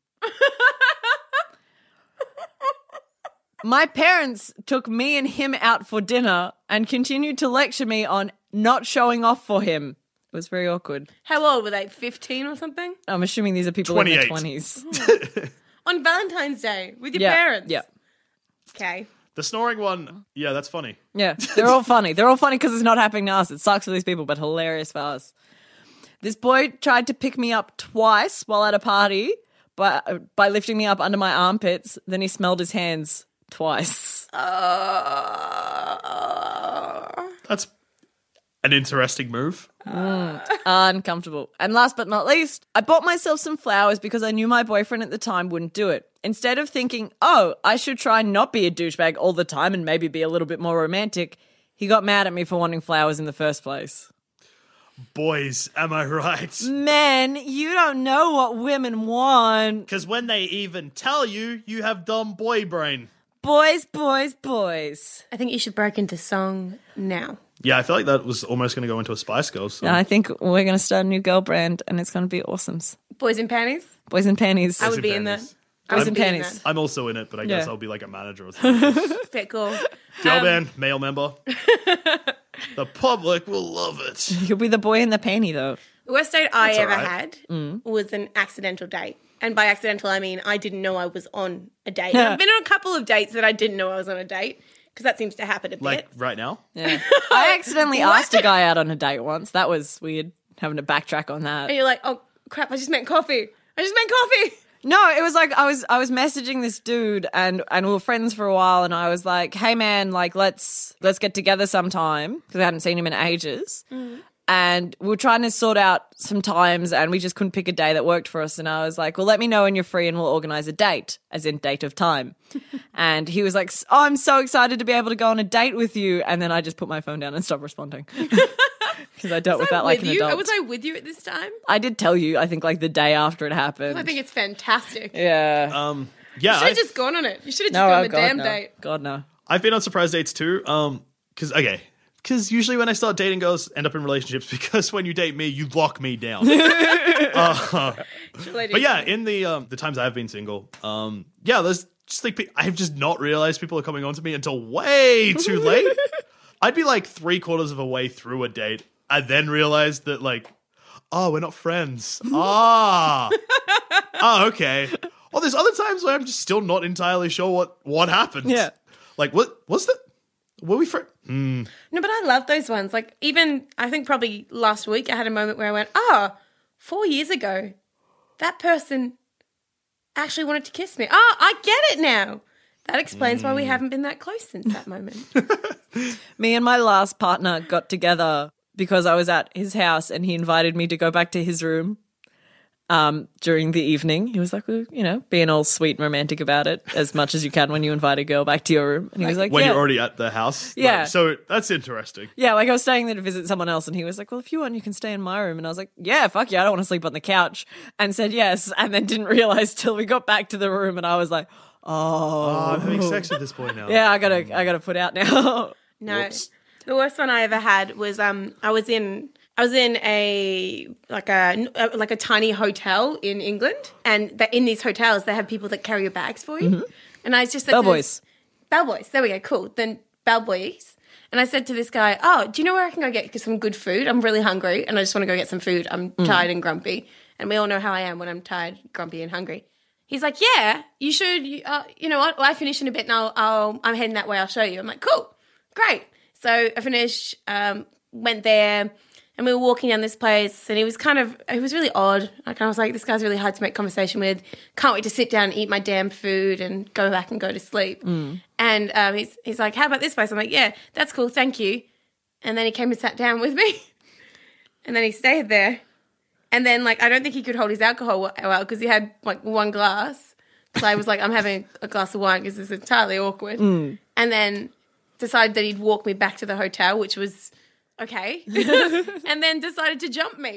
S1: My parents took me and him out for dinner and continued to lecture me on not showing off for him. It was very awkward.
S2: How old were they? 15 or something?
S1: I'm assuming these are people in their
S3: 28.
S1: 20s.
S2: On Valentine's Day with your
S1: Yeah.
S2: parents.
S1: Yeah.
S2: Okay.
S3: The snoring one, yeah, that's funny.
S1: Yeah, they're all funny. They're all funny because it's not happening to us. It sucks for these people, but hilarious for us. This boy tried to pick me up twice while at a party by, by lifting me up under my armpits. Then he smelled his hands twice.
S2: Uh,
S3: That's an interesting move.
S1: Uncomfortable. And last but not least, I bought myself some flowers because I knew my boyfriend at the time wouldn't do it. instead of thinking, oh, I should try and not be a douchebag all the time and maybe be a little bit more romantic, he got mad at me for wanting flowers in the first place.
S3: Boys, am I right?
S1: Men, you don't know what women want.
S3: Because when they even tell you, you have dumb boy brain.
S1: Boys, boys, boys.
S2: I think you should break into song now.
S3: Yeah, I feel like that was almost going to go into a Spice Girls. song.
S1: I think we're going to start a new girl brand and it's going to be awesomes.
S2: Boys in panties.
S1: Boys and panties.
S2: I would be in that.
S3: panties.
S2: I would
S1: in
S2: be in
S1: panties.
S2: that.
S3: I'm also in it, but I guess
S1: Yeah.
S3: I'll be like a manager or something.
S2: Fit cool.
S3: Girl band, male member. the public will love it.
S1: You'll be the boy in the panty, though.
S2: The worst date I
S3: That's all
S2: ever
S3: right.
S2: had
S1: Mm.
S2: was an accidental date. And by accidental, I mean I didn't know I was on a date. I've been on a couple of dates that I didn't know I was on a date because that seems to happen a bit.
S3: Like right now?
S1: Yeah. I accidentally asked a guy out on a date once. That was weird, having to backtrack on that.
S2: And you're like, oh crap, I just meant coffee. I just meant coffee.
S1: No, it was like I was I was messaging this dude and and we were friends for a while and I was like, "Hey man, like let's let's get together sometime" because I hadn't seen him in ages. And we were trying to sort out some times and we just couldn't pick a day that worked for us and I was like, "Well, let me know when you're free and we'll organize a date." As in date of time. and he was like, "S- "Oh, I'm so excited to be able to go on a date with you." And then I just put my phone down and stopped responding. Cuz I dealt with that like
S2: with
S1: an
S2: you?
S1: adult.
S2: Was I with you at this time?
S1: I did tell you, I think like the day after it happened.
S2: I think it's fantastic.
S1: yeah.
S3: Um, yeah,
S2: You should
S3: I've,
S2: have just gone on it. You should have just
S1: No,
S2: gone on
S1: oh,
S2: the
S1: God,
S2: damn
S1: no.
S2: date.
S1: God no.
S3: I've been on surprise dates too. Um, because okay, because usually when I start dating girls, end up in relationships because when you date me, you lock me down.
S2: Should I do
S3: But yeah, in the um, the times I've been single, um, yeah, there's just like pe- I've just not realized people are coming on to me until way too late. I'd be like three quarters of a way through a date, I then realized that like, oh, we're not friends. Ah, oh, okay. Well, there's other times where I'm just still not entirely sure what what happened.
S1: Yeah.
S3: like what was that? Were we friends?
S2: No, but I love those ones. Like even I think probably last week I had a moment where I went, "Oh, four years ago, that person actually wanted to kiss me. Oh, I get it now. That explains why we
S1: Mm.
S2: haven't been that close since that moment.
S1: Me and my last partner got together because I was at his house and he invited me to go back to his room um, during the evening. He was like, well, you know, being all sweet and romantic about it as much as you can when you invite a girl back to your room. And he was like,
S3: When
S1: yeah.
S3: you're already at the house. Like,
S1: Yeah.
S3: so that's interesting.
S1: yeah, like I was staying there to visit someone else, and he was like, "Well, if you want, you can stay in my room." And I was like, "Yeah, fuck yeah, I don't want to sleep on the couch," and said yes, and then didn't realize till we got back to the room, and I was like, "Oh,
S3: Oh, I'm having sex with this boy now.
S1: yeah, I gotta, I gotta put out now."
S2: No. The worst one I ever had was um I was in I was in a like a like a tiny hotel in England and the, in these hotels they have people that carry your bags for you. And I was just said to this-
S1: Bellboys.
S2: Bellboys. There we go. Cool. Then Bellboys. And I said to this guy, "Oh, do you know where I can go get some good food? I'm really hungry and I just want to go get some food. I'm tired and grumpy." And we all know how I am when I'm tired, grumpy, and hungry. He's like, "Yeah, you should. you- Uh, you know what? I finish in a bit, and I'll, I'll I'm heading that way. I'll show you." I'm like, "Cool, great." So I finished. Um, went there, and we were walking down this place, and it was kind of it was really odd. Like I was like, "This guy's really hard to make conversation with. Can't wait to sit down, and eat my damn food, and go back and go to sleep." And um, he's he's like, "How about this place?" I'm like, "Yeah, that's cool, thank you." And then he came and sat down with me, and then he stayed there. And then, like, I don't think he could hold his alcohol well because he had like one glass. So I was like, I'm having a glass of wine because this is entirely awkward. And then decided that he'd walk me back to the hotel, which was okay. and then decided to jump me.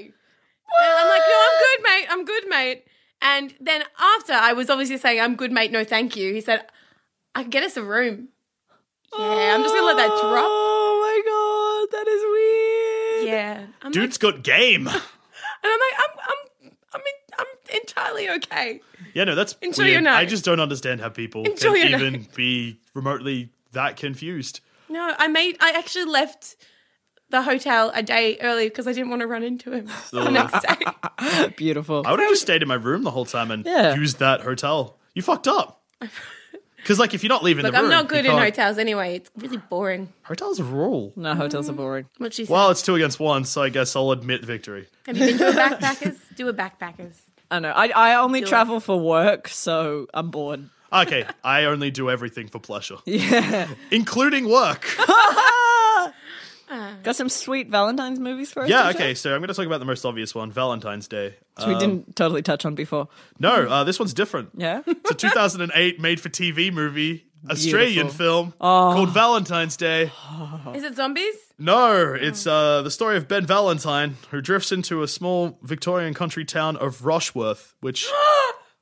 S2: And I'm like, no, I'm good, mate. I'm good, mate. And then after I was obviously saying, I'm good, mate. No, thank you. He said, I can get us a room. Yeah, I'm just gonna let that drop.
S1: Oh my god, that is weird.
S2: Yeah, I'm like,
S3: Dude's got game.
S2: and I'm like, I'm, I'm, I'm, in, I'm entirely okay.
S3: Yeah, no, that's
S2: Enjoy
S3: weird.
S2: your night.
S3: I just don't understand how people
S2: Enjoy
S3: can
S2: your
S3: even be remotely that confused.
S2: No, I made. I actually left the hotel a day early because I didn't want to run into him the next day.
S1: Beautiful.
S3: I would have just stayed in my room the whole time and
S1: Yeah.
S3: used that hotel. You fucked up. Because like if you're not leaving
S2: Like
S3: the room,
S2: I'm not
S3: you
S2: good in
S3: can't-
S2: hotels anyway. It's really boring.
S3: Hotels are rule.
S1: No, hotels are boring.
S2: What she said.
S3: Well, it's two against one, so I guess I'll admit victory.
S2: Have you been to a backpackers? Do a backpackers.
S1: I don't know. I, I only travel for work, so I'm bored.
S3: Okay, I only do everything for pleasure. Yeah, including work.
S1: Got some sweet Valentine's movies for us.
S3: Yeah,
S1: Tisha?
S3: okay, so I'm going to talk about the most obvious one Valentine's Day.
S1: Which we didn't totally touch on before.
S3: No, uh, this one's different.
S1: Yeah.
S3: It's a 2008 made for TV movie, Australian
S1: Beautiful.
S3: film
S1: Oh.
S3: called Valentine's Day.
S2: Is it zombies?
S3: No, it's uh, the story of Ben Valentine, who drifts into a small Victorian country town of Roshworth, which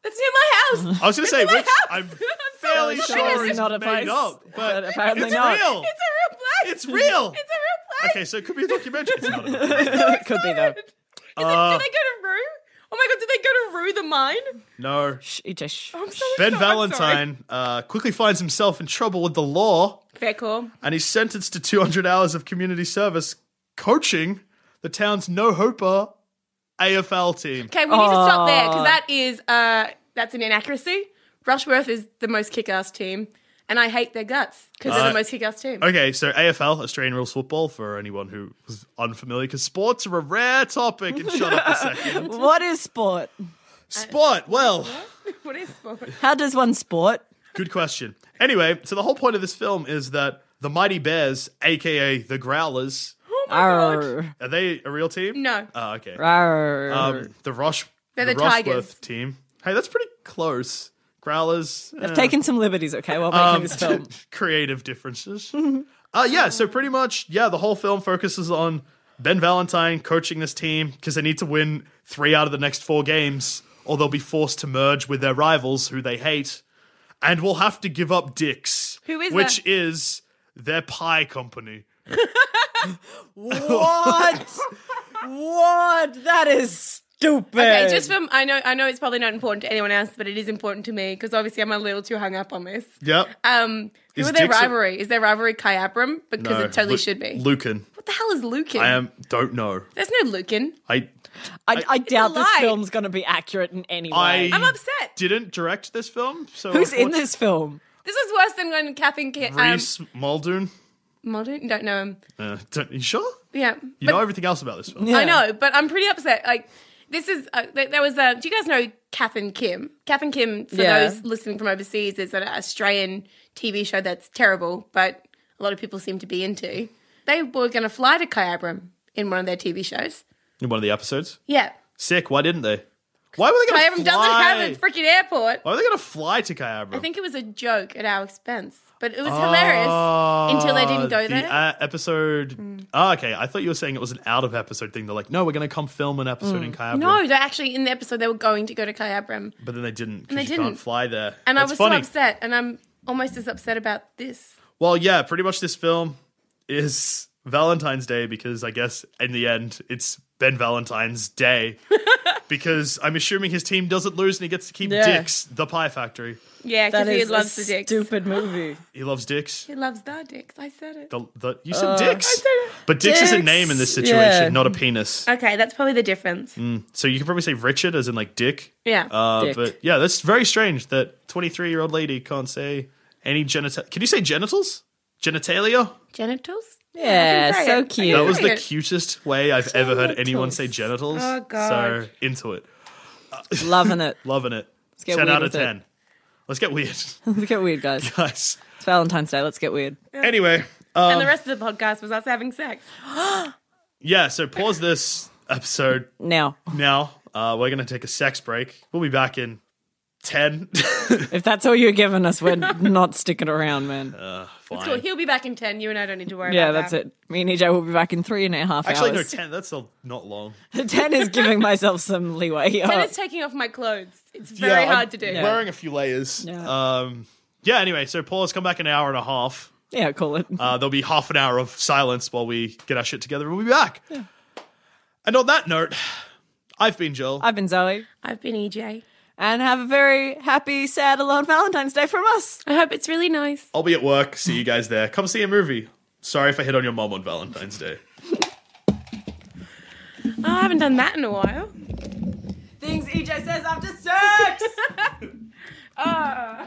S2: That's near my house.
S3: I was going to say,
S2: my
S3: which
S2: house.
S3: I'm
S2: I'm
S3: fairly
S2: so
S3: sure
S1: it's
S3: is
S1: not a
S3: made
S1: place,
S3: up, but,
S1: but apparently
S3: it's
S1: not.
S3: real.
S2: It's a real place.
S3: Oh. It's real.
S2: It's a real place.
S3: okay, so it could be a documentary. It's not a
S1: it could be though.
S2: Is it,
S3: Uh,
S2: do they go to Rue? Oh my god, did they go to Rue the mine?
S3: No.
S1: Shh, Ita, shh.
S2: I'm so
S3: Ben
S2: I'm sorry.
S3: Valentine uh, quickly finds himself in trouble with the law
S2: Fair call.
S3: and he's sentenced to 200 hours of community service coaching the town's no hoper AFL team.
S2: Okay, we need to stop there
S3: Oh.
S2: because that is uh, that's an inaccuracy. Rushworth is the most kick-ass team, and I hate their guts because they're
S3: Uh,
S2: the most kick-ass team.
S3: Okay, so AFL, Australian Rules Football, for anyone who was unfamiliar, because sports are a rare topic. And shut up a second.
S1: What is sport?
S3: Sport, well,
S2: What is sport?
S1: How does one sport?
S3: good question. Anyway, so the whole point of this film is that the Mighty Bears, aka the Growlers,
S1: Oh Arr,
S3: are they a real team?
S2: No.
S3: Oh, okay.
S1: arr.
S3: Um, the Rush,
S2: They're
S3: the,
S2: the
S3: Rushworth
S2: Tigers.
S3: team. Hey, that's pretty close. Growlers. eh.
S1: I've taken some liberties, okay, while making this film.
S3: creative differences. uh, yeah, so pretty much, yeah, the whole film focuses on Ben Valentine coaching this team because they need to win three out of the next four games, or they'll be forced to merge with their rivals who they hate, and will have to give up dicks.
S2: Who is
S3: which
S2: that?
S3: is their pie company.
S1: um, What? what? That is stupid.
S2: Okay, just from I know I know it's probably not important to anyone else, but it is important to me because obviously I'm a little too hung up on this.
S3: Yep.
S2: Um, who
S3: Is
S2: are their
S3: Dixon-
S2: rivalry? Is their rivalry Kai Abram? Because it totally
S3: Lu-
S2: should be.
S3: Lucan.
S2: what the hell is Lucan?
S3: I am don't know.
S2: There's no Lucan.
S3: I
S1: I, I doubt this
S2: lie.
S1: film's going to be accurate in any way.
S3: I
S2: I'm upset.
S3: didn't direct this film, so
S2: Oh,
S1: Who's in
S3: unfortunately-
S1: this film?
S2: This is worse than when Kathleen Ki- um,
S3: Reese Muldoon.
S2: Muldoon. Don't know him.
S3: Uh, don't, you sure?
S2: Yeah,
S3: You
S2: but-
S3: know everything else about this film.
S1: Yeah.
S2: I know, but I'm pretty upset. Like this is uh, th- there was a. Do you guys know Kath and Kim? Kath and Kim, for
S1: Yeah.
S2: those listening from overseas, is an Australian TV show that's terrible, but a lot of people seem to be into. They were going to fly to Kai Abram in one of their TV shows.
S3: In one of the episodes.
S2: Yeah,
S3: Sick. Why didn't they? Why were they
S2: Kai
S3: going to
S2: Abram
S3: fly?
S2: doesn't have a freaking airport.
S3: Why were they going to fly to Kyabra?
S2: I think it was a joke at our expense, but it was
S1: Oh.
S2: hilarious until they didn't go
S3: the,
S2: there. Hmm.
S3: Uh, episode. Oh, okay. I thought you were saying it was an out of episode thing. They're like, no, we're going to come film an episode in Kyabra.
S2: Hmm. no, they actually in the episode they were going to go to Kai Abram,
S3: But then they didn't
S2: they
S3: because you
S2: didn't.
S3: can't fly there.
S2: and
S3: That's
S2: I was
S3: funny.
S2: so upset, and I'm almost as upset about this.
S3: Well, yeah, pretty much this film is Valentine's Day because I guess in the end it's Ben Valentine's Day. because I'm assuming his team doesn't lose and he gets to keep
S1: Yeah.
S3: Dicks, the pie factory.
S2: Yeah,
S1: That
S2: because he
S1: is
S2: loves
S1: a
S2: the dicks.
S1: stupid movie.
S3: He loves Dicks.
S2: He loves the dicks. I said it.
S3: The, the, you said Dicks. But Dicks, is
S1: Uh,
S3: a
S1: Dicks,
S3: name in this situation,
S1: yeah.
S3: not a penis.
S2: Okay, that's probably the difference.
S3: So you could probably say Richard as in like Dick.
S2: Yeah.
S3: Mm. Uh,
S1: Dick.
S3: But yeah, that's very strange that 23 year old lady can't say any genital. Can you say genitals? Genitalia?
S2: Genitals?
S1: Yeah,
S2: I can say
S1: so
S2: it. I can
S1: cute.
S3: That was
S2: say
S3: the
S2: it.
S3: cutest way I've ever heard anyone say genitals.
S2: Oh, God.
S3: So into it.
S1: Loving it.
S3: Loving it.
S1: get
S3: 10
S1: weird
S3: out of
S1: with it.
S3: 10. Let's get weird,
S1: Let's get weird, guys.
S3: guys.
S1: It's Valentine's Day. Let's get weird.
S3: Anyway, uh,
S2: and the rest of the podcast was us having sex.
S3: yeah, so pause this episode
S1: Now,
S3: now. Uh, we're going to take a sex break. We'll be back in 10.
S1: if that's all you're giving us, we're not sticking around, man.
S3: Fine.
S2: Cool. He'll be back in 10. You and I don't need to worry
S1: yeah,
S2: about
S1: that's it. Me and EJ will be back in three and a half
S3: Actually, no,
S1: hours.
S3: 10. That's still not long.
S1: Ten is giving myself some leeway.
S2: And
S1: Oh,
S2: it's taking off my clothes. It's very
S3: Yeah, I'm
S2: hard to do.
S3: Wearing a few layers.
S1: Yeah.
S3: Um, yeah, anyway, so pause, come back in an hour and a half.
S1: yeah, call it.
S3: Uh, there'll be half an hour of silence while we get our shit together and we'll be back. And on that note, I've been Joel.
S1: I've been Zoe,
S2: I've been E EJ.
S1: and have a very happy, sad, alone Valentine's Day from us.
S2: I hope it's really nice.
S3: I'll be at work. See you guys there. Come see a movie. Sorry if I hit on your mom on Valentine's Day.
S2: Oh, I haven't done that in a while.
S1: Things EJ says after sex.
S5: Uh.